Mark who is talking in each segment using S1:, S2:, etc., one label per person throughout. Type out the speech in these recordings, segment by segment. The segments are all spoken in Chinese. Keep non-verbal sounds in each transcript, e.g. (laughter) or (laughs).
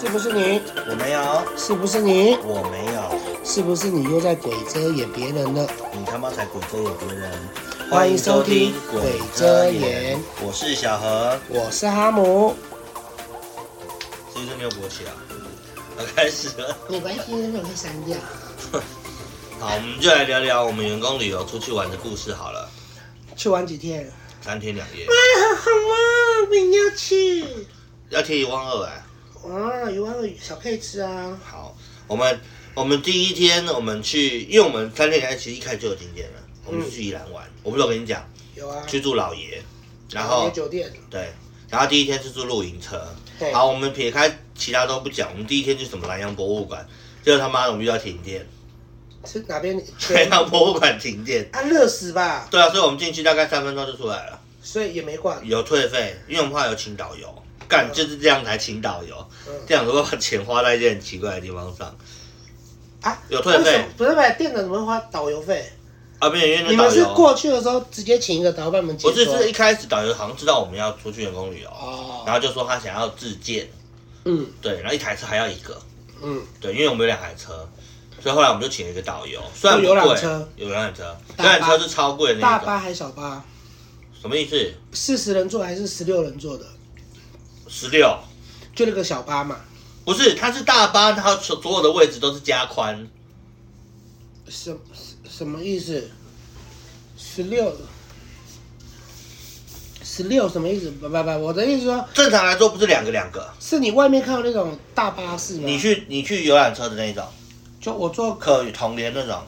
S1: 是不是你？
S2: 我没有，
S1: 是不是你？
S2: 我没有，
S1: 是不是你又在鬼遮掩别人了？
S2: 你他妈才鬼遮眼别人！
S1: 欢迎收听
S2: 欢迎收听
S1: 鬼遮眼，
S2: 我是小何，
S1: 我是哈姆，
S2: 是不是没有勃起啊？要开始了，
S1: 没关系，那个会删掉。
S2: 好，我们就来聊聊我们员工旅游出去玩的故事好了，
S1: 去玩几天？
S2: 三天两夜，
S1: 哎，好啊，我们要去。
S2: 要贴一万二哎。
S1: 啊，一万二小配置啊。
S2: 好，我们我们第一天我们去，因为我们三天两夜其实一开始就有景点了，我们就去宜兰玩，我不是有跟你讲，
S1: 有啊。
S2: 去住老爷，然后
S1: 有酒店。
S2: 对，然后第一天是住露营车，
S1: 对
S2: 好，我们撇开其他都不讲，我们第一天去什么南洋博物馆，结果他妈的我们遇到停电，
S1: 是哪
S2: (laughs)
S1: 边？
S2: 南洋博物馆停电。
S1: 啊，热死吧，
S2: 对啊，所以我们进去大概三分钟就出来了，
S1: 所以也没逛。
S2: 有退费，因为我们后来有请导游，干就是这样才请导游，
S1: 嗯
S2: 这样子会把钱花在一些很奇怪的地方上
S1: 啊，
S2: 有退费
S1: 为什么？不是不是，店长怎么会花导游费？
S2: 啊，没有，因为那
S1: 你
S2: 导
S1: 们是
S2: 游
S1: 过去的时候直接请一个导游帮你们解
S2: 不
S1: 说？
S2: 是是一开始导游好像知道我们要出去员工旅游，
S1: 哦，
S2: 然后就说他想要自荐，
S1: 嗯
S2: 对，然后一台车还要一个，
S1: 嗯，
S2: 对，因为我们有两台车，所以后来我们就请了一个导游，虽然
S1: 哦有
S2: 不
S1: 游览
S2: 贵
S1: 车，
S2: 有游览车，游
S1: 大巴
S2: 览车是超贵的那
S1: 大
S2: 一
S1: 巴
S2: 种，
S1: 还小巴？
S2: 什么意思？
S1: 四十人座还是十六人座的？
S2: 十六？
S1: 就那个小巴嘛，
S2: 不是，它是大巴，它所所有的位置都是加宽，
S1: 什什么意思？十六，十六什么意思？不不不，我的意思说，
S2: 正常来说不是两个两个，
S1: 是你外面看到那种大巴士吗？
S2: 你去你去游览车的那一种，
S1: 就我坐
S2: 可以同联那种，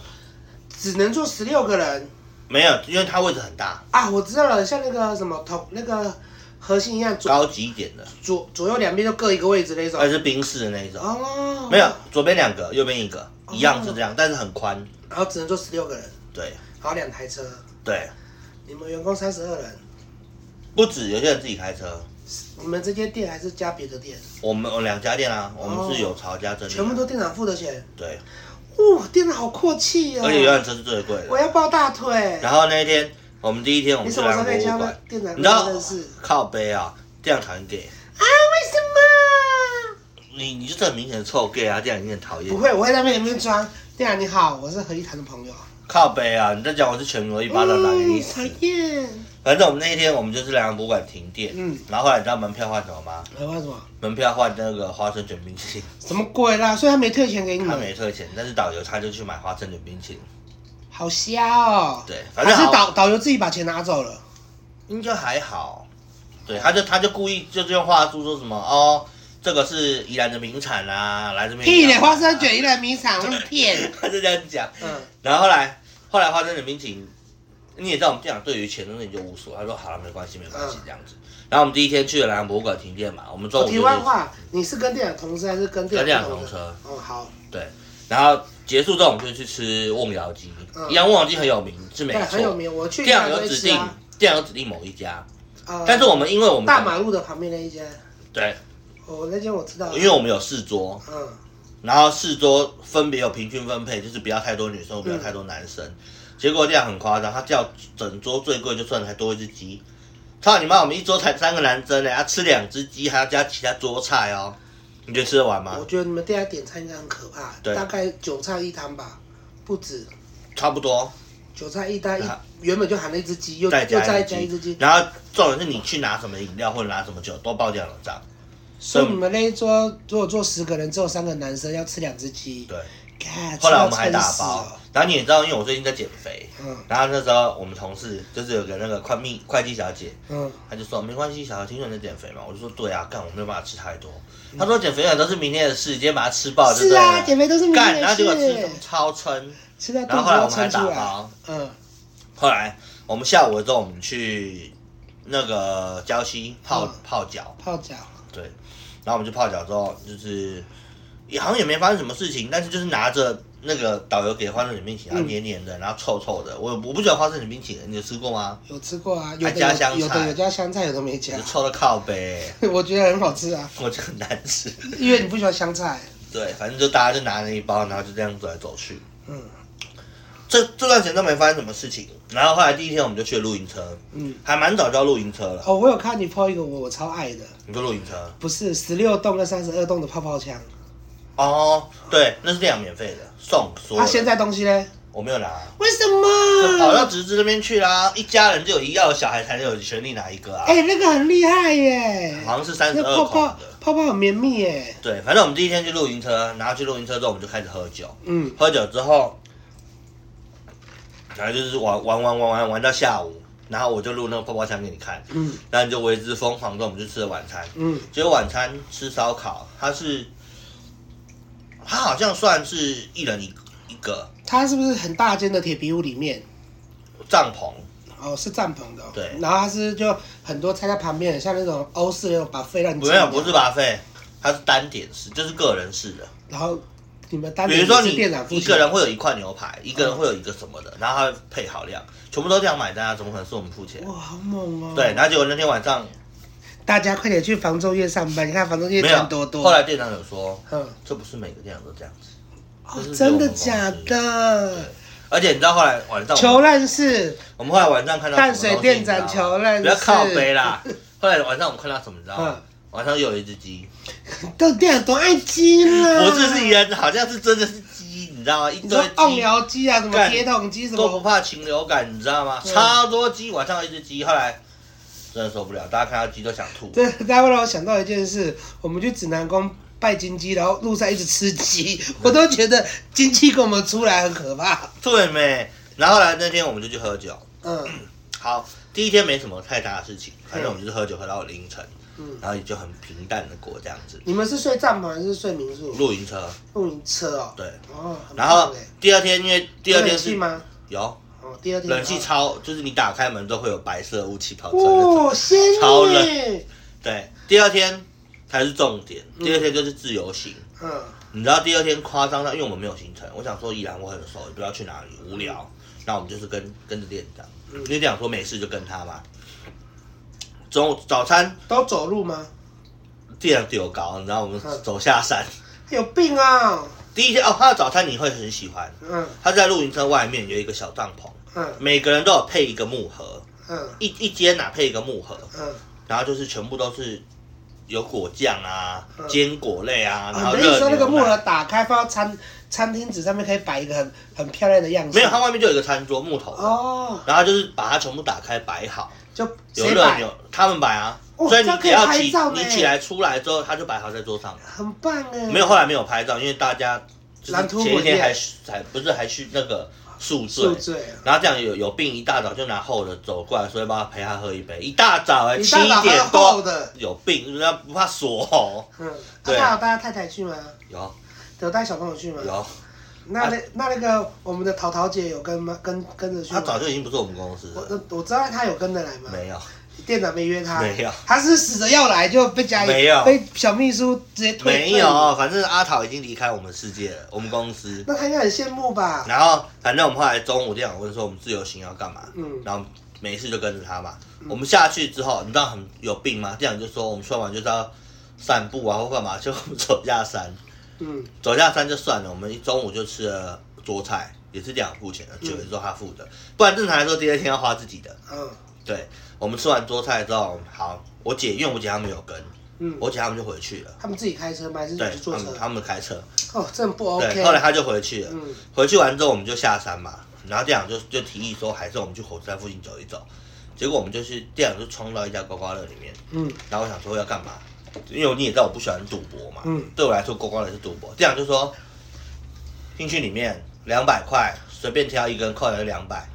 S1: 只能坐十六个人
S2: 没有，因为它位置很大，
S1: 啊！我知道了，像那个什么同那个核心一样，左
S2: 高级一点的，
S1: 左左右两边就各一个位置那种
S2: 而。且是宾士的那一种，
S1: 哦，
S2: 哎没有，左边两个，右边一个，一样是这样，但是很宽，
S1: 然后只能坐十六个人，
S2: 对
S1: 然后两台车，
S2: 对，
S1: 你们员工三十二人，
S2: 不止有些人自己开车，
S1: 你们这间店还是加别的店，
S2: 我们有两家店啊，我们是
S1: 哦
S2: 有曹家这里，
S1: 全部都店长付的钱，
S2: 对。
S1: 哇，店长好阔气哦！
S2: 而且游览车是最贵
S1: 我
S2: 的。
S1: 要抱大腿。
S2: 然后那一天，我们第一天我
S1: 你
S2: 们去
S1: 什么
S2: 南
S1: 时候可以教
S2: 洋博物
S1: 他
S2: 馆，
S1: 店长
S2: 你知道
S1: 认识？
S2: 靠背啊，这样很 gay，
S1: 啊？为
S2: 你你就是很明显的臭 gay 啊，这样你很讨
S1: 什么？不会，
S2: 厌。
S1: 我会在那边里面装。店长你好，我是何一谈的朋友。
S2: 靠背啊，你在讲我是全国一巴掌打给你
S1: 嗯讨
S2: 死。
S1: 厌。
S2: 反正我们那一天我们就是南洋博物馆停电，
S1: 嗯
S2: 然后后来你知道门票换什么吗？
S1: 还换什么？
S2: 门票换那个花生卷冰淇淋，
S1: 什么鬼啦？所以他没退钱给你
S2: 他
S1: 们，
S2: 没退钱，但是导游他就去买花生卷冰淇淋，
S1: 好瞎哦。
S2: 对反
S1: 还
S2: 正
S1: 是
S2: 好
S1: 导导游自己把钱拿走了。
S2: 应该还好。对，他就他就故意就是用话术说什么哦，这个是宜兰的名产啊，来这边
S1: 屁嘞，
S2: 养啊
S1: 花生卷一来迷场，我骗。
S2: (laughs) 他就这样讲。
S1: 嗯，
S2: 然后后来后来花生的民警，你也知道我们店长对于钱的事情就无所谓，他说好了没关系没关系
S1: 嗯
S2: 这样子。然后我们第一天去了南洋博物馆停电嘛，我们中午
S1: 我
S2: 就
S1: 题
S2: 去
S1: 外话，你是跟店长同事还是跟
S2: 跟
S1: 店
S2: 店
S1: 长
S2: 长
S1: 不
S2: 同
S1: 事？
S2: 车，
S1: 哦，好，
S2: 对，然后结束之后我们就去吃瓮窑鸡，
S1: 嗯
S2: 一样瓮窑鸡很有名是没
S1: 对，很有
S2: 错，
S1: 名，我去
S2: 店长
S1: 宜兰
S2: 有
S1: 都会
S2: 指
S1: 吃
S2: 定
S1: 啊。
S2: 店长有指定某一家，
S1: 呃
S2: 但是我们因为我们
S1: 大马路的旁边那一间，
S2: 对，
S1: 哦，那间我知道。
S2: 因为我们有四桌，
S1: 嗯，
S2: 然后四桌分别有平均分配，就是不要太多女生，不要太多男生。结果这样很夸张，他叫整桌最贵就算才多一只鸡。操你妈！我们一桌才三个男生呢，要吃两只鸡，还要加其他桌菜哦。你觉得吃得完吗
S1: 我？觉得你们店家点餐应该很可怕，
S2: 对
S1: 大概九菜一汤吧，不止
S2: 差不多，
S1: 九菜一汤，一
S2: 啊
S1: 原本就含了一只鸡，又
S2: 再
S1: 又
S2: 加
S1: 再
S2: 一
S1: 加一只
S2: 只鸡
S1: 鸡。，
S2: 然后重点是你去拿什么饮料或者拿什么酒都报掉了账。
S1: 所以你们那一桌如果坐十个人，只有三个男生要吃两只鸡，
S2: 对，
S1: 干
S2: 后来我们还打。
S1: 吃到撑死
S2: 包
S1: 了。
S2: 然后你也知道，因为我最近在减肥，
S1: 嗯
S2: 然后那时候我们同事就是有个那个会密会计小姐，
S1: 嗯，
S2: 他就说没关系，小孩听说你在减肥嘛，我就说对啊，干我没有办法吃太多。他说减肥的都是明天的事，今天把它吃爆就哦对
S1: 是
S2: 了。
S1: 啊，减肥都是明
S2: 干，
S1: 天
S2: 然
S1: 的
S2: 后结果吃
S1: 事
S2: 什么，超撑。
S1: 吃到
S2: 然
S1: 肚
S2: 后
S1: 子
S2: 后来我
S1: 要
S2: 们还
S1: 撑
S2: 打
S1: 出来。
S2: 包。
S1: 嗯，
S2: 后来我们下午的时候，我们去那个礁溪泡、
S1: 嗯
S2: 泡脚，
S1: 泡脚，
S2: 对。然后我们去泡脚之后，就是也好像也没发生什么事情，但是就是拿着那个导游给的花生卷冰淇淋，然后
S1: 嗯
S2: 啊黏黏的，然后臭臭的。我我不喜欢花生卷冰淇淋，你有吃过吗？
S1: 有吃过啊，有
S2: 还加
S1: 的
S2: 香
S1: 有有
S2: 菜
S1: 的有加香菜，有的没
S2: 就
S1: 加，
S2: 臭的靠背，
S1: (laughs) 我觉得很好吃啊，
S2: 我就很难吃。
S1: 因为你不喜欢香菜。
S2: 对，反正就大家就拿了一包，然后就这样走来走去。
S1: 嗯，
S2: 这这段时间都没发生什么事情，然后后来第一天我们就去了露营车，
S1: 嗯，
S2: 还蛮早就要露营车了。
S1: 哦，我有看你 PO 一个我我超爱的，
S2: 你说露营车？
S1: 不是十六栋跟三十二栋的泡泡枪，
S2: 哦，对，那是这样免费的，送所有
S1: 它、
S2: 人。
S1: 啊现在东西嘞？
S2: 我没有拿，
S1: 为什
S2: 就跑到
S1: 么？
S2: 侄子那边去啦。一家人就有一要有小孩才有权利拿一个啊，
S1: 哎、那个很厉害耶，
S2: 好像是三十
S1: 那
S2: 二
S1: 泡
S2: 孔
S1: 泡
S2: 的。
S1: 泡泡很绵密耶，
S2: 对，反正我们第一天去露营车，然后去露营车之后我们就开始喝酒，
S1: 嗯
S2: 喝酒之后，然后就是玩玩玩玩玩玩到下午，然后我就录那个泡泡枪给你看，
S1: 嗯
S2: 然后你就为之疯狂。之后我们去吃了晚餐，
S1: 嗯
S2: 结果晚餐吃烧烤，它是它好像算是一人一一个
S1: 它是不是很大间的铁皮屋里面？
S2: 帐篷，
S1: 哦，是帐篷的、哦，
S2: 对
S1: 然后它是就很多菜在旁边，很像那种欧式那种把费让你
S2: 没有
S1: 自己
S2: 不
S1: 拿
S2: 是吧费，它是单点式，就是个人式的。
S1: 然后你们单独
S2: 比如说
S1: 是
S2: 你
S1: 店长付
S2: 一
S1: 钱
S2: 个人会有一块牛排，一个人会有一个什么的，然后他会配好料，全部都这样买单啊，怎么可能是我们付钱？
S1: 哇，好猛哦！
S2: 对，，然后结果那天晚上
S1: 大家快点去房仲业上班，你看房仲业
S2: 没有
S1: 钱多，多。
S2: 后来店长有说，
S1: 嗯，
S2: 这不是每个店长都这样子，
S1: 哦，真的假
S2: 对
S1: 的？
S2: 而且你知道后来晚上我
S1: 求
S2: 们
S1: 认识，
S2: 我们后来晚上看到
S1: 淡水店
S2: 长
S1: 长求认
S2: 不要
S1: 识
S2: 靠背啦。后来晚上我们看到什么，你知道吗
S1: 嗯？
S2: 晚上又有一只鸡，
S1: 这嗯店长多爱鸡啦！
S2: 不是是人，好像是真的是鸡，你知道吗？一
S1: 你
S2: 堆
S1: 说瓮
S2: 鸡
S1: 窑鸡啊，什么
S2: 干
S1: 铁桶鸡什
S2: 都不
S1: 么？
S2: 怕禽流感，你知道吗？
S1: 嗯
S2: 超多鸡，晚上有一只鸡，后来真的受不了，大家看到鸡都想吐。
S1: 这大家会让我想到一件事，我们去指南宫拜金鸡，然后路上一直吃鸡，我都觉得金鸡跟我们出来很可怕。
S2: 对没？然后后来那天我们就去喝酒，
S1: 嗯
S2: 好，第一天没什么太大的事情，反正
S1: 嗯
S2: 我们就是喝酒喝到凌晨，
S1: 嗯，
S2: 然后也就很平淡的过这样子。
S1: 你们是睡帐篷还是睡民宿？
S2: 露营车，
S1: 露营车哦。
S2: 对。
S1: 哦，很
S2: 然后
S1: 棒哎
S2: 第二天因为第二
S1: 有
S2: 天
S1: 冷气
S2: 是
S1: 吗？
S2: 有
S1: 哦，第二天
S2: 冷气超，就是你打开门都会有白色雾气跑出来那种。
S1: 哦，仙女
S2: 超冷对，第二天才是重点，第二天就是自由行。
S1: 嗯，
S2: 你知道第二天夸张到，因为我们没有行程，我想说宜兰我很熟，也不知道去哪里，无聊，那我们就是跟跟着店长，
S1: 嗯
S2: 因为店长说没事就跟他嘛。中午早餐
S1: 都走路吗？
S2: 店长丢高，你知道我们
S1: 嗯
S2: 走下山。
S1: 有病啊！
S2: 第一天哦，他的早餐你会很喜欢，
S1: 嗯
S2: 他在露营车外面有一个小帐篷，
S1: 嗯
S2: 每个人都有配一个木盒，
S1: 嗯
S2: 一一间哪配一个木盒，
S1: 嗯，
S2: 然后就是全部都是有果酱啊、
S1: 嗯
S2: 坚果类啊，然
S1: 啊
S2: 后
S1: 你的意思
S2: 热
S1: 说那个
S2: 牛
S1: 木盒
S2: 奶。
S1: 打开放到餐餐厅纸上面，可以摆一个很很漂亮的样子？
S2: 没有，它外面就有一个餐桌木头的，
S1: 哦，
S2: 然后就是把它全部打开摆好，
S1: 就
S2: 有
S1: 谁
S2: 热
S1: 摆？
S2: 牛，他们摆啊，
S1: 哦
S2: 所以你
S1: 这样
S2: 只
S1: 可以
S2: 要
S1: 拍
S2: 起
S1: 照呢
S2: 你起来出来之后，它就摆好在桌上了。
S1: 很棒哎！
S2: 没有，后来没有拍照，因为大家就是
S1: 蓝图
S2: 前一
S1: 火
S2: 天
S1: 箭
S2: 还还不是还去那个宿醉
S1: 宿，醉了，
S2: 然后这样有有病一大早就拿厚的走过来，所以帮他陪他喝一杯，一大早哎、
S1: 你
S2: 七
S1: 大早
S2: 点
S1: 喝厚
S2: 多
S1: 的，
S2: 有病，人家不怕锁哦，
S1: 嗯，
S2: 对
S1: 那还有带太太去吗？
S2: 有
S1: 有带小朋友去吗？。
S2: 有，
S1: 那那那那个我们的淘淘姐有跟吗？跟跟着去
S2: 他
S1: 吗？
S2: 早就已经不是我们公司了，
S1: 我呃我知道她有跟着来吗？
S2: 没有
S1: 店长没约他，
S2: 没有
S1: 他是死着要来就被加
S2: 没有
S1: 被小秘书直接推嗯
S2: 没有，反正阿桃已经离开我们世界了，我们公司。
S1: 那他应该很羡慕吧？
S2: 然后反正我们后来中午店长问说我们自由行要干嘛，
S1: 嗯
S2: 然后没事就跟着他嘛。我们下去之后，你知道很有病吗？店长就说我们说完就是要散步啊或干嘛，就走下山， (laughs)
S1: 嗯
S2: 走下山就算了。我们一中午就吃了桌菜，也是店长付钱的，酒也是他付的，不然正常来说第二天要花自己的。
S1: 嗯
S2: 对，我们吃完桌菜之后，好，我姐因为我姐她们有跟，
S1: 嗯，
S2: 我姐她们就回去了。
S1: 他们自己开车吗？还是
S2: 对
S1: 去，坐
S2: 他
S1: 车
S2: 们？他们开车，
S1: 哦，真的不
S2: 对，后来
S1: OK。
S2: 她就回去了。
S1: 嗯
S2: 回去完之后我们就下山嘛，然后店长就就提议说，还是我们去火车站附近走一走。结果我们就去店长就冲到一家刮刮乐里面，
S1: 嗯
S2: 然后我想说要干嘛，因为你也知道我不喜欢赌博嘛，
S1: 嗯
S2: 对我来说刮刮乐是赌博。店长就说，进去里面两百块，随便挑一根扣了两百，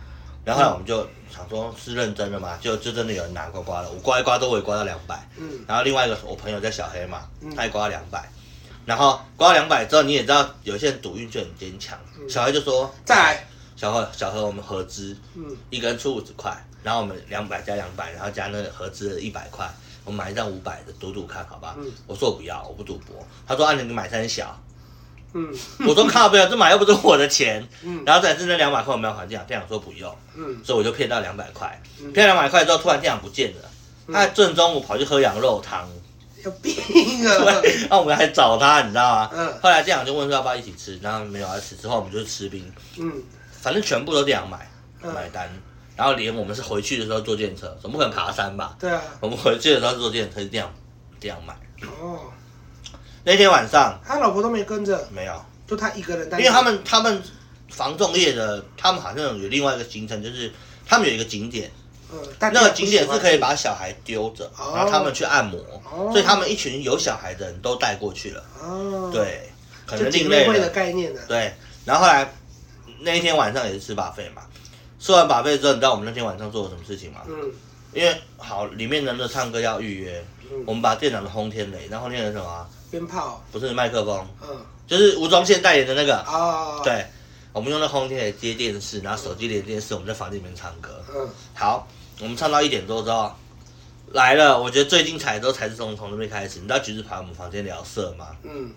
S2: 然后后来我们就想说是认真的吗？就就真的有人拿刮刮乐，我刮一刮都我也刮到两百，
S1: 嗯
S2: 然后另外一个我朋友叫小黑嘛，
S1: 嗯
S2: 他也刮两百，然后刮两百之后，你也知道有些人赌运就很坚强，
S1: 嗯
S2: 小黑就说
S1: 再来，
S2: 小何小何我们合资
S1: 嗯
S2: 一个人出五十块，然后我们两百加两百，然后加那个合资的一百块，我们买一张五百的赌赌看，好吧？
S1: 嗯
S2: 我说我不要，我不赌博。他说啊，你买三小， (laughs)
S1: 嗯
S2: 我说靠不要，这买又不是我的钱。
S1: 嗯
S2: 然后再是那两百块我们要还店长，店长说不用，
S1: 嗯
S2: 所以我就骗到两百块，
S1: 嗯
S2: 骗两百块之后突然店长不见了，
S1: 嗯
S2: 他正中午跑去喝羊肉汤。 (laughs)
S1: 有病啊！
S2: 对，那我们还找他，你知道吗？
S1: 嗯
S2: 后来店长就问说要不要一起吃，然后没有要吃，之后我们就吃冰，
S1: 嗯
S2: 反正全部都店长买
S1: 嗯
S2: 买单，然后连我们是回去的时候坐电车，总不可能爬山吧？
S1: 对啊，
S2: (laughs) 我们回去的时候坐电车是这样这样买。
S1: 哦，
S2: 那天晚上
S1: 他老婆都没跟着，
S2: 没有，
S1: 就他一个人带。
S2: 因为他们他们防重业的，他们好像有另外一个行程，就是他们有一个景点，
S1: 呃，大家
S2: 那个景点
S1: 不
S2: 是
S1: 喜欢
S2: 可以把小孩丢着，
S1: 哦
S2: 然后他们去按摩，
S1: 哦
S2: 所以他们一群有小孩的人都带过去了。
S1: 哦，，
S2: 对，可
S1: 就
S2: 能
S1: 姐
S2: 另
S1: 妹
S2: 类
S1: 会的
S2: 了。
S1: 概念呢。
S2: 对，然后后来那一天晚上也是吃把费嘛，吃完把费之后，你知道我们那天晚上做了什么事情吗？
S1: 嗯
S2: 因为好里面能够唱歌要预约，
S1: 嗯，
S2: 我们把店长的轰天雷，那轰天雷是什么啊、
S1: 鞭炮，
S2: 不是麦克风，
S1: 嗯
S2: 就是吴宗宪代言的那个。
S1: 啊，，
S2: 对，我们用那轰天雷接电视，然后手机连电视，我们在房间里面唱歌。
S1: 嗯
S2: 好，我们唱到一点多之后来了，我觉得最精彩的时候才是从从那边开始。你知道橘子跑来我们房间聊色吗？
S1: 嗯，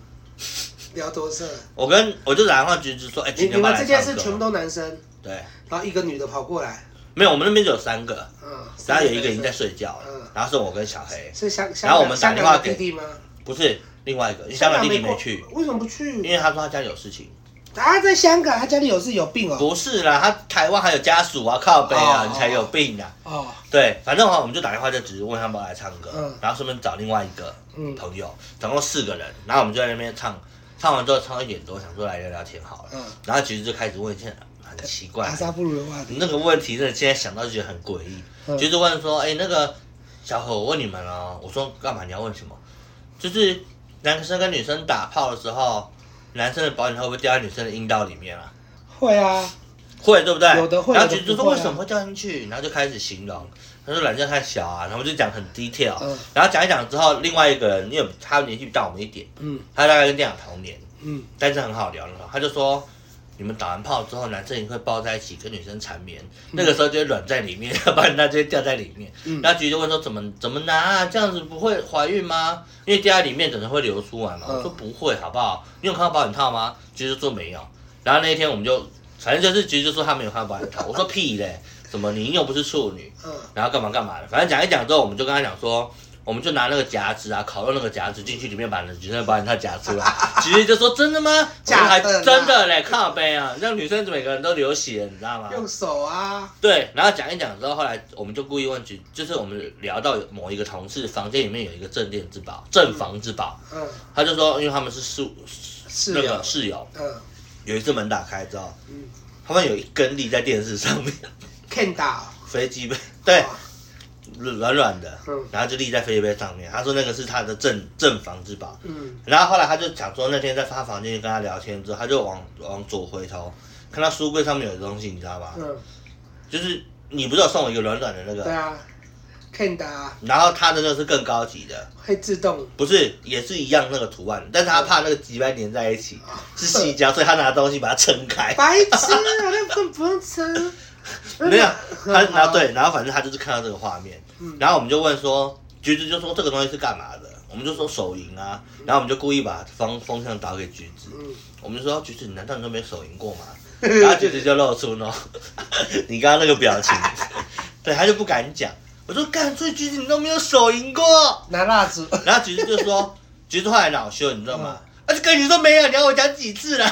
S1: 聊多色。
S2: 我跟我就打电话橘子说，哎、
S1: 你
S2: 今
S1: 你
S2: 天要
S1: 们
S2: 来
S1: 这件
S2: 唱
S1: 事全部
S2: 歌。
S1: 都男生，
S2: 对，
S1: 然后一个女的跑过来，
S2: 没有，我们那边就有三个，
S1: 嗯，
S2: 然后有一个已经在睡觉了
S1: 嗯，
S2: 然后剩我跟小黑，
S1: 是香香港，
S2: 然后我们打
S1: 香
S2: 电话
S1: 港的
S2: 给
S1: 弟弟吗？
S2: 不是另外一个，香港弟弟没
S1: 过
S2: 去，，
S1: 为什么不
S2: 因
S1: 去？
S2: 为他说他家里有事情。
S1: 他啊在香港，他家里有事有病哦。
S2: 不是啦，他台湾还有家属啊，靠北啊，
S1: 哦
S2: 你才有病啊。
S1: 哦，
S2: 对，反正的话，我们就打电话就只是问他们要来唱歌，
S1: 嗯
S2: 然后顺便找另外一个
S1: 嗯
S2: 朋友，总共四个人，然后我们就在那边唱，唱完之后唱到一点多，想说来聊聊天好了，
S1: 嗯
S2: 然后其实就开始问一些很奇怪
S1: 阿萨
S2: 的，
S1: 布鲁的话题，
S2: 那个问题真的现在想到就觉得很诡异，
S1: 嗯
S2: 就是问说，哎、那个小伙，我问你们哦，我说干嘛你要问什么？就是男生跟女生打炮的时候，男生的保险套会不会掉在女生的阴道里面啊？
S1: 会啊，
S2: 会，对不对？
S1: 有的会
S2: 然后
S1: 有的
S2: 橘子
S1: 不
S2: 说
S1: 会啊
S2: 为什么会掉进去，然后就开始形容，他说懒觉太小啊，然后就讲很 detail，、
S1: 嗯
S2: 然后讲一讲之后，另外一个人因为他年纪比到我们一点，
S1: 嗯
S2: 他大概跟店长同年，
S1: 嗯，
S2: 但是很好聊的时候，他就说。你们打完炮之后，男生也会抱在一起跟女生缠绵，那个时候就会软在里面， (laughs) 要不然他就会掉在里面。
S1: 嗯
S2: 然后橘子就问说怎么怎么拿、啊，这样子不会怀孕吗？因为掉在里面可能会流出来嘛。
S1: 嗯
S2: 我说不会，好不好？你有看到保险套吗？橘子说没有。然后那一天我们就，反正就是橘子就说他没有看到保险套，我说屁嘞，怎么你又不是处女？
S1: 嗯
S2: 然后干嘛干嘛的，反正讲一讲之后，我们就跟他讲说，我们就拿那个夹子啊，烤肉那个夹子进去里面把女生把你他夹出来，其实就说真的吗？我
S1: 假的
S2: 说
S1: 啦
S2: 还真的嘞，靠背啊，让女生每个人都流血，你知道吗？
S1: 用手啊，
S2: 对，然后讲一讲之后，后来我们就故意问局，就是我们聊到有某一个同事房间里面有一个镇店之宝、镇房之宝，
S1: 嗯，
S2: 他就说，因为他们是室
S1: 室
S2: 那
S1: 友
S2: 个，室友，
S1: 嗯
S2: 有一次门打开之后，
S1: 嗯
S2: 他们有一根立在电视上面，
S1: ，Ken 打，
S2: 飞机杯，对，
S1: 哦
S2: 软软的，
S1: 嗯
S2: 然后就立在飞机杯上面。他说那个是他的镇镇房之宝。
S1: 嗯
S2: 然后后来他就讲说，那天在他房间跟他聊天之后，他就往往左回头，看到书柜上面有东西，你知道吧？
S1: 嗯，
S2: 就是你不是有送我一个软软的那
S1: 对
S2: 个，
S1: 啊，Ken 打
S2: 然后他的那个是更高级的，
S1: 会自动，
S2: 不是也是一样那个图案，但是他怕那个几百粘在一起
S1: 啊
S2: 是细胶，所以他拿东西把它撑
S1: (laughs)
S2: 开。
S1: 白痴啊，那不不用吃，
S2: (laughs)
S1: 嗯
S2: 没有，他然后
S1: 对，
S2: 对，然后反正他就是看到这个画面，
S1: 嗯
S2: 然后我们就问说，橘子就说这个东西是干嘛的，我们就说手淫啊，然后我们就故意把方方向导给橘子，
S1: 嗯，
S2: 我们就说橘子，你难道你都没手淫过
S1: (laughs)
S2: 吗？然后橘子就露出喏， (laughs) 你刚刚那个表
S1: (laughs)
S2: 情，对他就不敢讲，我说干，所以橘子你都没有手淫过，
S1: 拿蜡烛，
S2: 然后橘子就说，橘子后来恼羞，你知道吗？啊，这个你都没有，你要我讲几次了？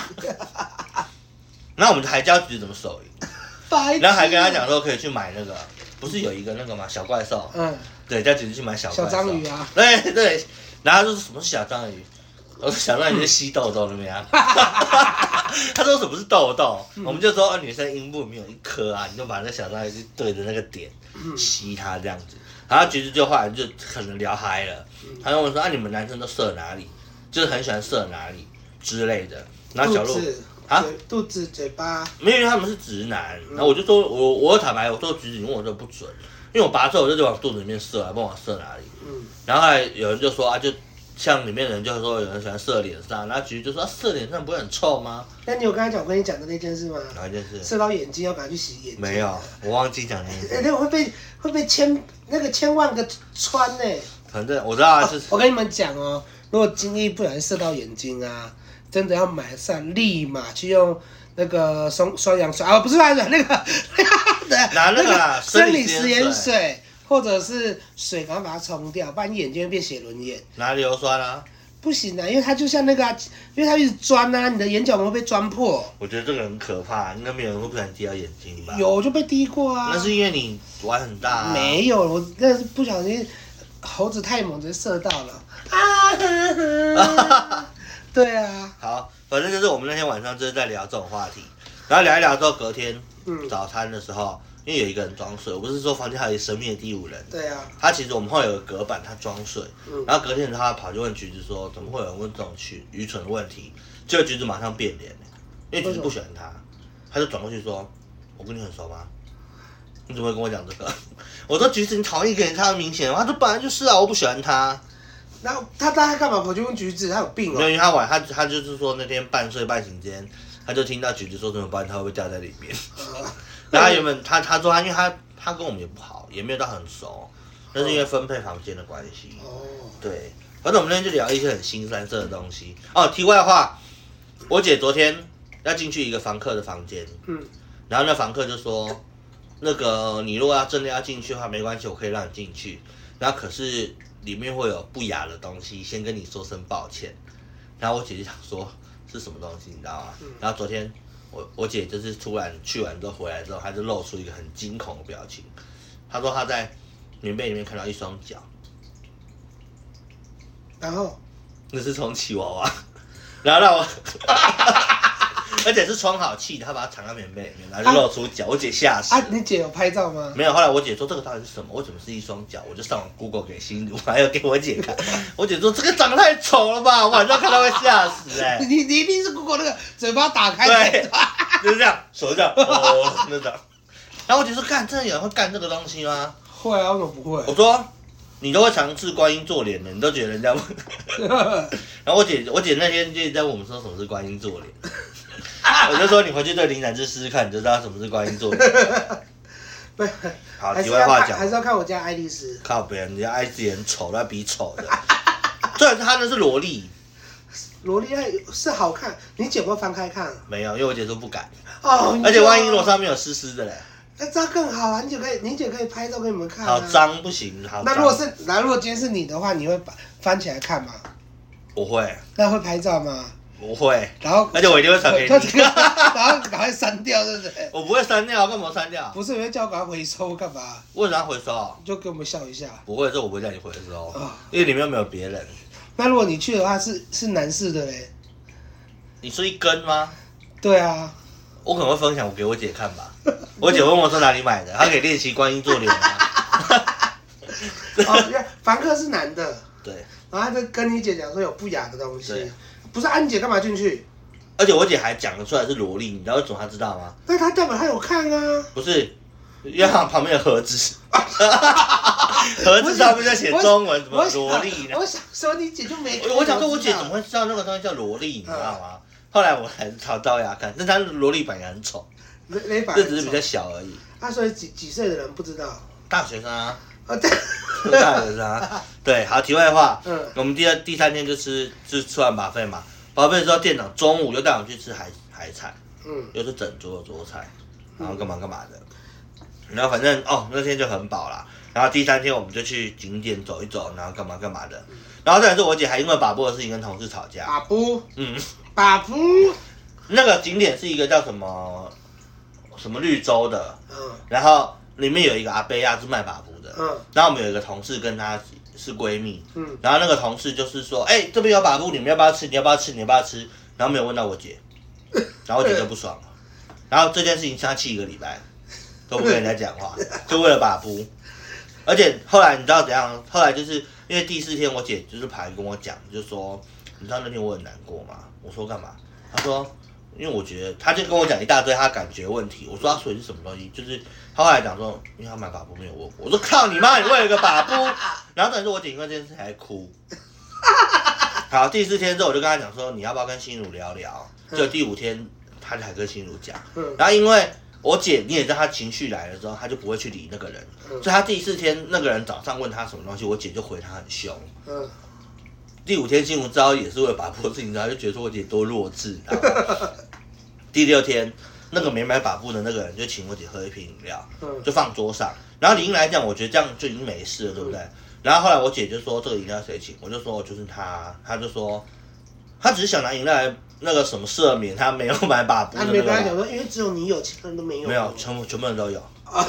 S2: (laughs) 然后我们还教橘子怎么手淫。
S1: 白痴，
S2: 然后还跟他，讲说可以去买那个，不是有一个那个嘛小怪兽，
S1: 嗯，
S2: 对，叫姐姐去买小怪
S1: 小
S2: 兽
S1: 章鱼啊，
S2: 对对，然后他说什么是小章鱼，我说小章鱼是吸痘痘的没啊， (laughs) 他说什么是痘痘，
S1: 嗯
S2: 我们就说、呃女生阴部里面有一颗啊，你就把那小章鱼去对着那个点
S1: 嗯
S2: 吸它这样子，然后橘子就后来就可能聊嗨了，
S1: 嗯
S2: 他就问说啊你们男生都射哪里，就是很喜欢射哪里之类的，然后小
S1: 肚
S2: 鹿。
S1: 子
S2: 啊，
S1: 嘴肚子嘴巴，
S2: 没有，因为他们是直男。
S1: 嗯
S2: 然后我就说，我我坦白，我说橘子，你问我这不准，因为我拔出来我就往肚子里面射，还不往射哪里。
S1: 嗯
S2: 然后后来有人就说啊，就像里面的人就说有人喜欢射脸上，然后橘子就说、啊、射脸上不会很臭吗？
S1: 那你有跟他讲我跟你讲的那件事吗？
S2: 然后啊就是
S1: 射到眼睛要赶快去洗眼睛。
S2: 没有，我忘记讲那件
S1: 哎， (laughs)
S2: 事。
S1: 那会被会被千那个千万个穿呢、
S2: 反正我知道啊，就
S1: 哦
S2: 是
S1: 我跟你们讲哦，如果精液不小心射到眼睛啊，真的要马上立马去用那个双双氧水啊，不是双氧水，那个
S2: 拿那个啦
S1: 生
S2: 生
S1: 理
S2: 理
S1: 食
S2: 食盐
S1: 盐水，或者是水，赶快把它冲掉，不然眼睛会变血轮眼。
S2: 拿硫酸啊，
S1: 不行啊，因为它就像那个、啊，因为它一直钻啊，你的眼角膜被钻破。
S2: 我觉得这个很可怕，应该没有人会不小心滴到眼睛吧？，
S1: 有，我就被滴过啊。
S2: 那是因为你玩很大、啊。
S1: 没有，我那是不小心，猴子太猛，直接射到了。
S2: 啊
S1: 啊！ (laughs) 对啊，
S2: 好，反正就是我们那天晚上就是在聊这种话题，然后聊一聊之后，隔天
S1: 嗯，
S2: 早餐的时候，因为有一个人装睡，我不是说房间还有一个神秘的第五人，
S1: 对啊，
S2: 他其实我们后来有个隔板，他装睡
S1: 嗯，
S2: 然后隔天的时候他跑去问橘子说，怎么会有人问这种愚愚蠢的问题？结果橘子马上变脸，因为橘子不喜欢他，他就转过去说，我跟你很熟吗？你怎么会跟我讲这个？ (laughs) 我说橘子，你讨厌一个人，他很明显，他说本来就是啊，我不喜欢他。
S1: 然后他大概干嘛跑去问橘子？他有病
S2: 没有，
S1: 哦。
S2: 因为他晚他他就是说那天半睡半醒间，他就听到橘子说什么不然他会不会掉在里面。 (laughs)
S1: 啊
S2: 然后他原本他他说他因为他他跟我们也不好，也没有到很熟，但是因为分配房间的关系，
S1: 哦，
S2: 对，反正我们那天就聊一些很新三色的东西。哦，题外话，我姐昨天要进去一个房客的房间，
S1: 嗯，
S2: 然后那房客就说，那个你如果要真的要进去的话，没关系，我可以让你进去。然后可是里面会有不雅的东西，先跟你说声抱歉。然后我姐就想说是什么东西，你知道吗？然后昨天我我姐就是突然去完之后回来之后，她就露出一个很惊恐的表情。她说她在棉被里面看到一双脚，
S1: 然后
S2: 那是充气娃 (laughs) 娃，然后让我， (laughs) 而且是充好气，她把它藏在棉被里面，然后就露出脚，我姐吓死
S1: 啊
S2: 了。，
S1: 你姐有拍照吗？
S2: 没有，后来我姐说这个到底是什么？为什么是一双脚？我就上网 Google 给新竹，还有给我姐看。 (laughs) 我姐说这个长得太丑了吧，
S1: (laughs)
S2: 晚上看到会吓死哎、
S1: 你你一定是 Google 那个嘴巴打开
S2: 对
S1: 的，
S2: 就是这样，手这样，哦，那种。然后我姐说干，真的有人会干这个东西吗？
S1: (laughs) 会啊，为什么不会？
S2: (laughs) 我说你都会尝试观音坐莲的，你都觉得人家不。然后我姐，我姐那天就一直在问我们说什么是观音坐莲，我就说你回去对灵感去试试看，你就知道什么是观音坐莲。
S1: 不是，
S2: 好，
S1: 还
S2: 题
S1: 是
S2: 外
S1: 要
S2: 话
S1: 看，
S2: 讲
S1: 还，是要看我家爱丽丝
S2: 靠别人，人家爱自己很丑，那比丑的。虽然她那是萝莉，
S1: 萝莉爱是好看，你姐有没有翻开看？
S2: 没有，因为我姐说不敢，
S1: 哦，
S2: 而且万一
S1: 裸
S2: 裸上面有湿湿的嘞，
S1: 那这样更好啊！你姐可以，你姐可以拍照给你们看、啊。
S2: 好脏不行，好脏。
S1: 那如果是，那如果今天是你的话，你会把翻起来看吗？
S2: 我会，
S1: 那会拍照吗？
S2: 我会，
S1: 然后
S2: 而且我一定会
S1: (laughs)
S2: 传给
S1: 就这
S2: 你
S1: 个，，然后赶快删掉，对不对？
S2: (laughs) 我不会删掉，干嘛删掉？
S1: 不是，你会叫我赶快回收干嘛？
S2: 为啥回收？
S1: 就给我们笑一下。
S2: 不会，这我不会叫你回收
S1: 啊，
S2: 因为里面又没有别人。
S1: 那如果你去的话，是是男士的嘞？
S2: 你说一根吗？
S1: 对
S2: (laughs)
S1: 啊，
S2: 我可能会分享我给我姐看吧。 (laughs) 我姐问我说哪里买的，她可以练习观音坐
S1: (laughs)
S2: 莲啊。
S1: 哦，原来凡客是男的，
S2: 对，
S1: 然后他就跟你姐讲说有不雅的东西
S2: 对，
S1: 不是安、你姐干嘛进去？
S2: 而且我姐还讲得出来是萝莉，你知道为什么她知道吗？
S1: 那他代表他有看啊。
S2: 不是，因为她旁边有
S1: (laughs)
S2: 盒子，盒子上面在写中文，什么
S1: 我想
S2: 萝莉呢？
S1: 我想说你姐就没看，
S2: 我我想说，我姐
S1: 早知道
S2: 怎么会知道那个东西叫萝莉，你知道
S1: 嗯
S2: 吗？后来我还是朝到牙看，但她萝莉版也很丑，
S1: 雷雷法
S2: 这只是比较小而已。
S1: 啊，所以几几岁的人不知道
S2: 大学生啊，
S1: 啊？对，
S2: 大学生啊，对，好，题外话，
S1: 嗯
S2: 我们第二第三天就吃，就吃完马费嘛。马费之后，店长中午又带我们去吃海海产，
S1: 嗯，
S2: 又是整桌的桌菜，然后干嘛干嘛的。然后反正哦，那天就很饱啦。然后第三天我们就去景点走一走，然后干嘛干嘛的。然后再来是我姐还因为把布的事情跟同事吵架。
S1: 把布
S2: 嗯，
S1: 把布，
S2: 那个景点是一个叫什么什么绿洲的，
S1: 嗯
S2: 然后里面有一个阿贝亚是卖把布的。
S1: 嗯
S2: 然后我们有一个同事跟她是闺蜜，
S1: 嗯，
S2: 然后那个同事就是说，哎、这边有把布，你们要不要吃？你要不要吃？你要不要吃？然后没有问到我姐，然后我姐就不爽了。然后这件事情生气一个礼拜，都不跟人家讲话，就为了把布。而且后来你知道怎样？后来就是因为第四天我姐就是跑来跟我讲，就说你知道那天我很难过吗？我说干嘛？她说因为我觉得，她就跟我讲一大堆她感觉问题。我说啊她所以是什么东西？就是她后来讲说，因为她买把布没有问我。我说靠你妈，你为了个把布，然后等于说我姐因为这件事还哭。 (laughs) 好，第四天之后我就跟她讲说，你要不要跟心如聊聊？就第五天，她才跟心如讲。
S1: 嗯
S2: 然后因为我姐，你也知道，她情绪来了之后，她就不会去理那个人，
S1: 嗯
S2: 所以她第四天那个人早上问她什么东西，我姐就回她很凶。
S1: 嗯，
S2: 第五天新闻之后也是为了把布事情，然后就觉得说我姐多弱智。你知道吗第六天，那个没买把布的那个人就请我姐喝一瓶饮料，
S1: 嗯
S2: 就放桌上。然后理应来讲，我觉得这样就已经没事了，对不对？然后后来我姐就说这个饮料谁请，我就说就是她，她就说她只是想拿饮料来那个什么赦免，她没有买把布
S1: 他
S2: 的
S1: 没
S2: 那
S1: 跟他讲
S2: 个，
S1: 说，因为只有你有，其他人都没有。
S2: 没有，全部全部
S1: (laughs)
S2: 人都有。
S1: 啊，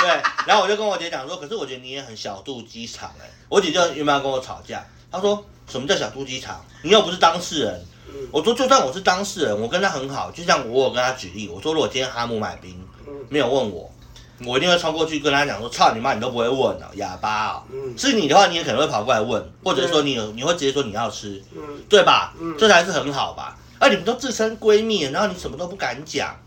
S2: 对，然后我就跟我姐讲说，可是我觉得你也很小肚鸡肠哎、我姐就原本要跟我吵架，她说什么叫小肚鸡肠？你又不是当事人。我说就算我是当事人，我跟她很好，就像我有跟她举例，我说如果今天哈姆买冰
S1: 嗯
S2: 没有问我，我一定会冲过去跟她讲说，操你妈，你都不会问哦，哑巴哦。
S1: 嗯
S2: 是你的话，你也可能会跑过来问，或者说你有你会直接说你要吃，
S1: 嗯，
S2: 对吧？
S1: 嗯
S2: 这才是很好吧？啊，你们都自称闺蜜，然后你什么都不敢讲，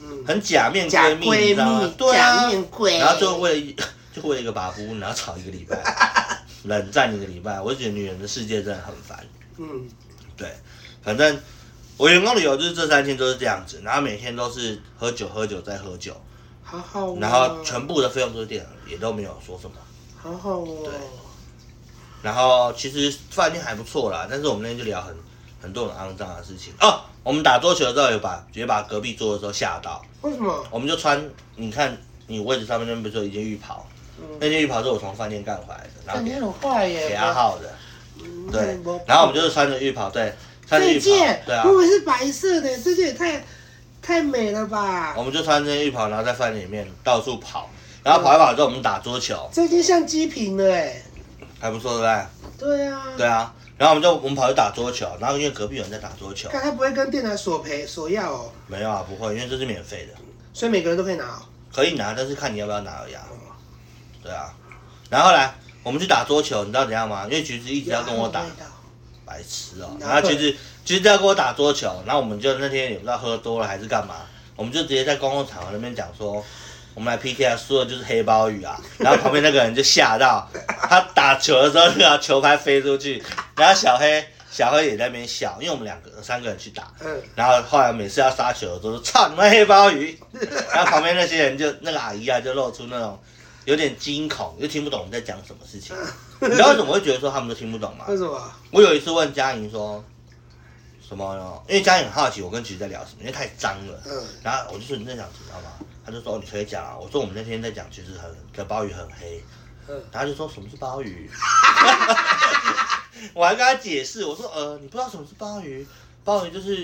S1: 嗯，
S2: 很假面
S1: 假
S2: 闺蜜，你
S1: 闺
S2: 知道吗
S1: 蜜，？
S2: 对啊，
S1: 假面闺，
S2: 然后就为就为了一 (laughs) 个把夫，然后吵一个礼
S1: (laughs)
S2: 拜，冷战一个礼拜。我觉得女人的世界真的很烦。
S1: 嗯
S2: 对，反正我员工旅游就是这三天都是这样子，然后每天都是喝酒喝酒再喝酒，
S1: 好好哦，
S2: 然后全部的费用都是店也都没有说什么。
S1: 好好哦，
S2: 然后其实饭店还不错啦，但是我们那天就聊很很多很肮脏的事情哦。我们打桌球的时候也把也把隔壁桌的时候吓到，
S1: 为什么？
S2: 我们就穿你看你位置上面那边不是有一件浴袍，那
S1: 嗯，
S2: 件浴袍是我从饭店干回来的，然后
S1: 但你
S2: 给
S1: 很坏耶，
S2: 给阿浩的。
S1: 嗯，
S2: 对
S1: 你很，
S2: 然后我们就是穿着浴袍，对，穿着浴
S1: 这
S2: 袍
S1: 件，，
S2: 对啊
S1: 我，以为是白色的，这件也太太美了吧
S2: 我？们就穿这件浴袍，然后在饭店里面到处跑，然后跑一跑之后，我们打桌球，
S1: 这件像鸡瓶了哎，
S2: 还不错，对不对？
S1: 对啊，
S2: 对啊，然后我们就我们跑去打桌球，然后因为隔壁有人在打桌球，
S1: 看他不会跟店长索赔索要哦，
S2: 没有啊，不会，因为这是免费的，
S1: 所以每个人都可以拿哦。
S2: 可以拿，但是看你要不要拿而已啊。对啊，然后后来我们去打桌球，你知道怎样吗？因为橘子一直要跟我打
S1: 有，味道
S2: 白痴哦、
S1: 哪
S2: 然后
S1: 会
S2: 橘子橘子要跟我打桌球，然后我们就那天也不知道喝多了还是干嘛，我们就直接在公共场合那边讲说，我们来 PK 啊，输的就是黑鲍鱼啊。然后旁边那个人就吓到，他打球的时候，那个球拍飞出去，然后小黑小黑也在那边笑，因为我们两个三个人去打。
S1: 嗯，
S2: 然后后来每次要杀球的时候，操你妈黑鲍鱼！然后旁边那些人就那个阿姨啊，就露出那种有点惊恐，又听不懂我们在讲什么事情。你知道为什么会觉得说他们都听不懂吗？
S1: 为什么？
S2: 我有一次问佳颖说，什么呢？因为佳颖很好奇我跟菊在聊什么，因为太脏了。
S1: 嗯
S2: 然后我就说你在讲什么，知道吗？他就说、哦你可以讲啊。我说我们那天在讲橘子很的鲍鱼很黑，
S1: 嗯，
S2: 然后他就说什么是鲍鱼？ (laughs) 我还跟他解释，我说呃你不知道什么是鲍鱼，鲍鱼就是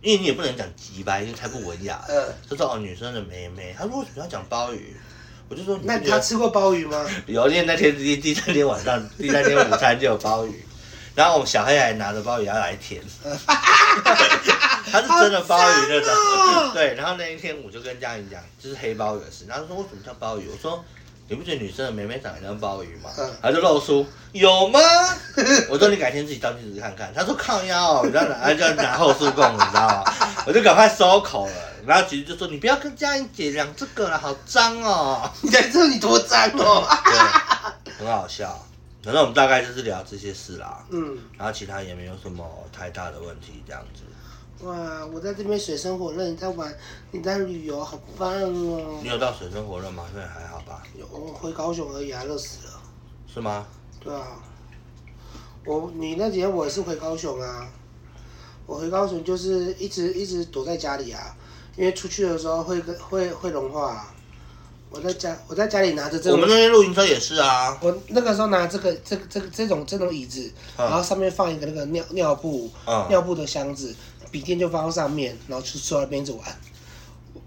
S2: 因为你也不能讲鸡白，因为太不文雅了。
S1: 呃，
S2: 他说哦女生的妹妹，他说为什么要讲鲍鱼？我就说你不
S1: 那
S2: 觉得
S1: 他吃过鲍鱼吗？
S2: 有，因为那天第第三天晚上，第三天午餐就有鲍鱼，然后我们小黑还拿着鲍鱼要来舔， (laughs) 他是真的鲍鱼那
S1: 好脏哦
S2: 种。对，然后那一天我就跟佳颖讲，就是黑鲍鱼的事，然后他说为什么叫鲍鱼？我说你不觉得女生的妹妹长得像鲍鱼吗
S1: 嗯？
S2: 他就露出有吗？ (laughs) 我说你改天自己照镜子看看。他说靠腰、哦， (laughs) 然后拿就拿后束供，你知道吗？我就赶快收口了。然后菊菊就说：“你不要跟佳颖姐讲这个了，好脏哦。”
S1: (laughs) 你才知道你多脏哦。
S2: 对，很好笑。反正我们大概就是聊这些事啦，
S1: (laughs) 嗯，
S2: 然后其他也没有什么太大的问题，这样子。
S1: 哇，我在这边水深火热，你在玩，你在旅游，好棒
S2: 你
S1: 哦。
S2: 有到水深火热吗？因为还好吧，
S1: 有我回高雄而已啊，热死了。
S2: 是吗？
S1: 对啊，我你那几天我也是回高雄啊，我回高雄就是一直一直躲在家里啊，因为出去的时候会跟会会融化、啊。我在家我在家里拿着这
S2: 我们
S1: 种，
S2: 那天露营车也是啊，
S1: 我那个时候拿这个这个这个这种这种椅子，
S2: 嗯
S1: 然后上面放一个那个尿尿布，
S2: 嗯，
S1: 尿布的箱子，笔电就放到上面，然后就坐在那边一直玩，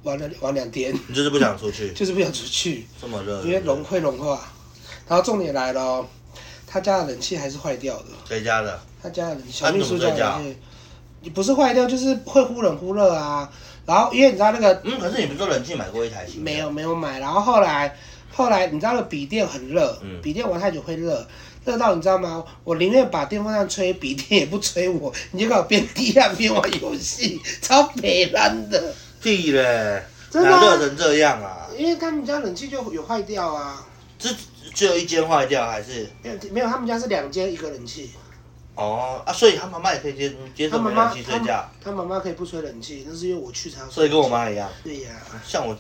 S1: 玩了玩两天，
S2: 你就是不想出去，
S1: 就是不想出去，
S2: 这么热，
S1: 因为融会融化。然后重点来了哦，他家的冷气还是坏掉的，
S2: 谁家的？
S1: 他家的冷气小秘书家的冷气，你不是坏掉就是会忽冷忽热啊。然后因为你知道那个
S2: 嗯，可是你不是说冷气买过一台新的？
S1: 没有没有买，然后后来后来你知道那个笔电很热，
S2: 嗯
S1: 笔电玩太久会热，热到你知道吗？我宁愿把电风扇吹，笔电也不吹我，你就给我边滴汗边玩游戏， (laughs) 超北蓝的。
S2: 屁嘞，
S1: 真的
S2: 哪
S1: 啊
S2: 热成这样啊？
S1: 因为他们家冷气就有坏掉啊，
S2: 这只有一间坏掉还是？
S1: 没有没有，他们家是两间一个冷气，
S2: 哦啊，所以他妈妈也可以接接
S1: 他
S2: 受
S1: 妈
S2: 没
S1: 妈
S2: 冷
S1: 他
S2: 气睡觉，
S1: 他妈妈可以不吹冷气，那是因为我去才要
S2: 所
S1: 睡。
S2: 以跟我妈一样。
S1: 对呀、
S2: 像我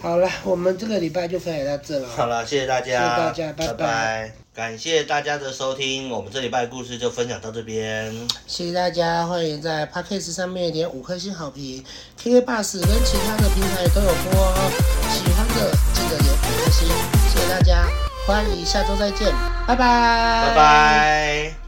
S1: 好了，我们这个礼拜就分享到这了。
S2: 好了，谢谢大家，
S1: 谢谢大家拜拜
S2: 拜感谢大家的收听，我们这礼拜的故事就分享到这边。
S1: 谢谢大家，欢迎在 Podcast 上面点五颗星好评，KK Bus 跟其他的平台都有播哦。喜欢的记得点五颗星，谢谢大家，欢迎下周再见，拜拜，
S2: 拜。拜。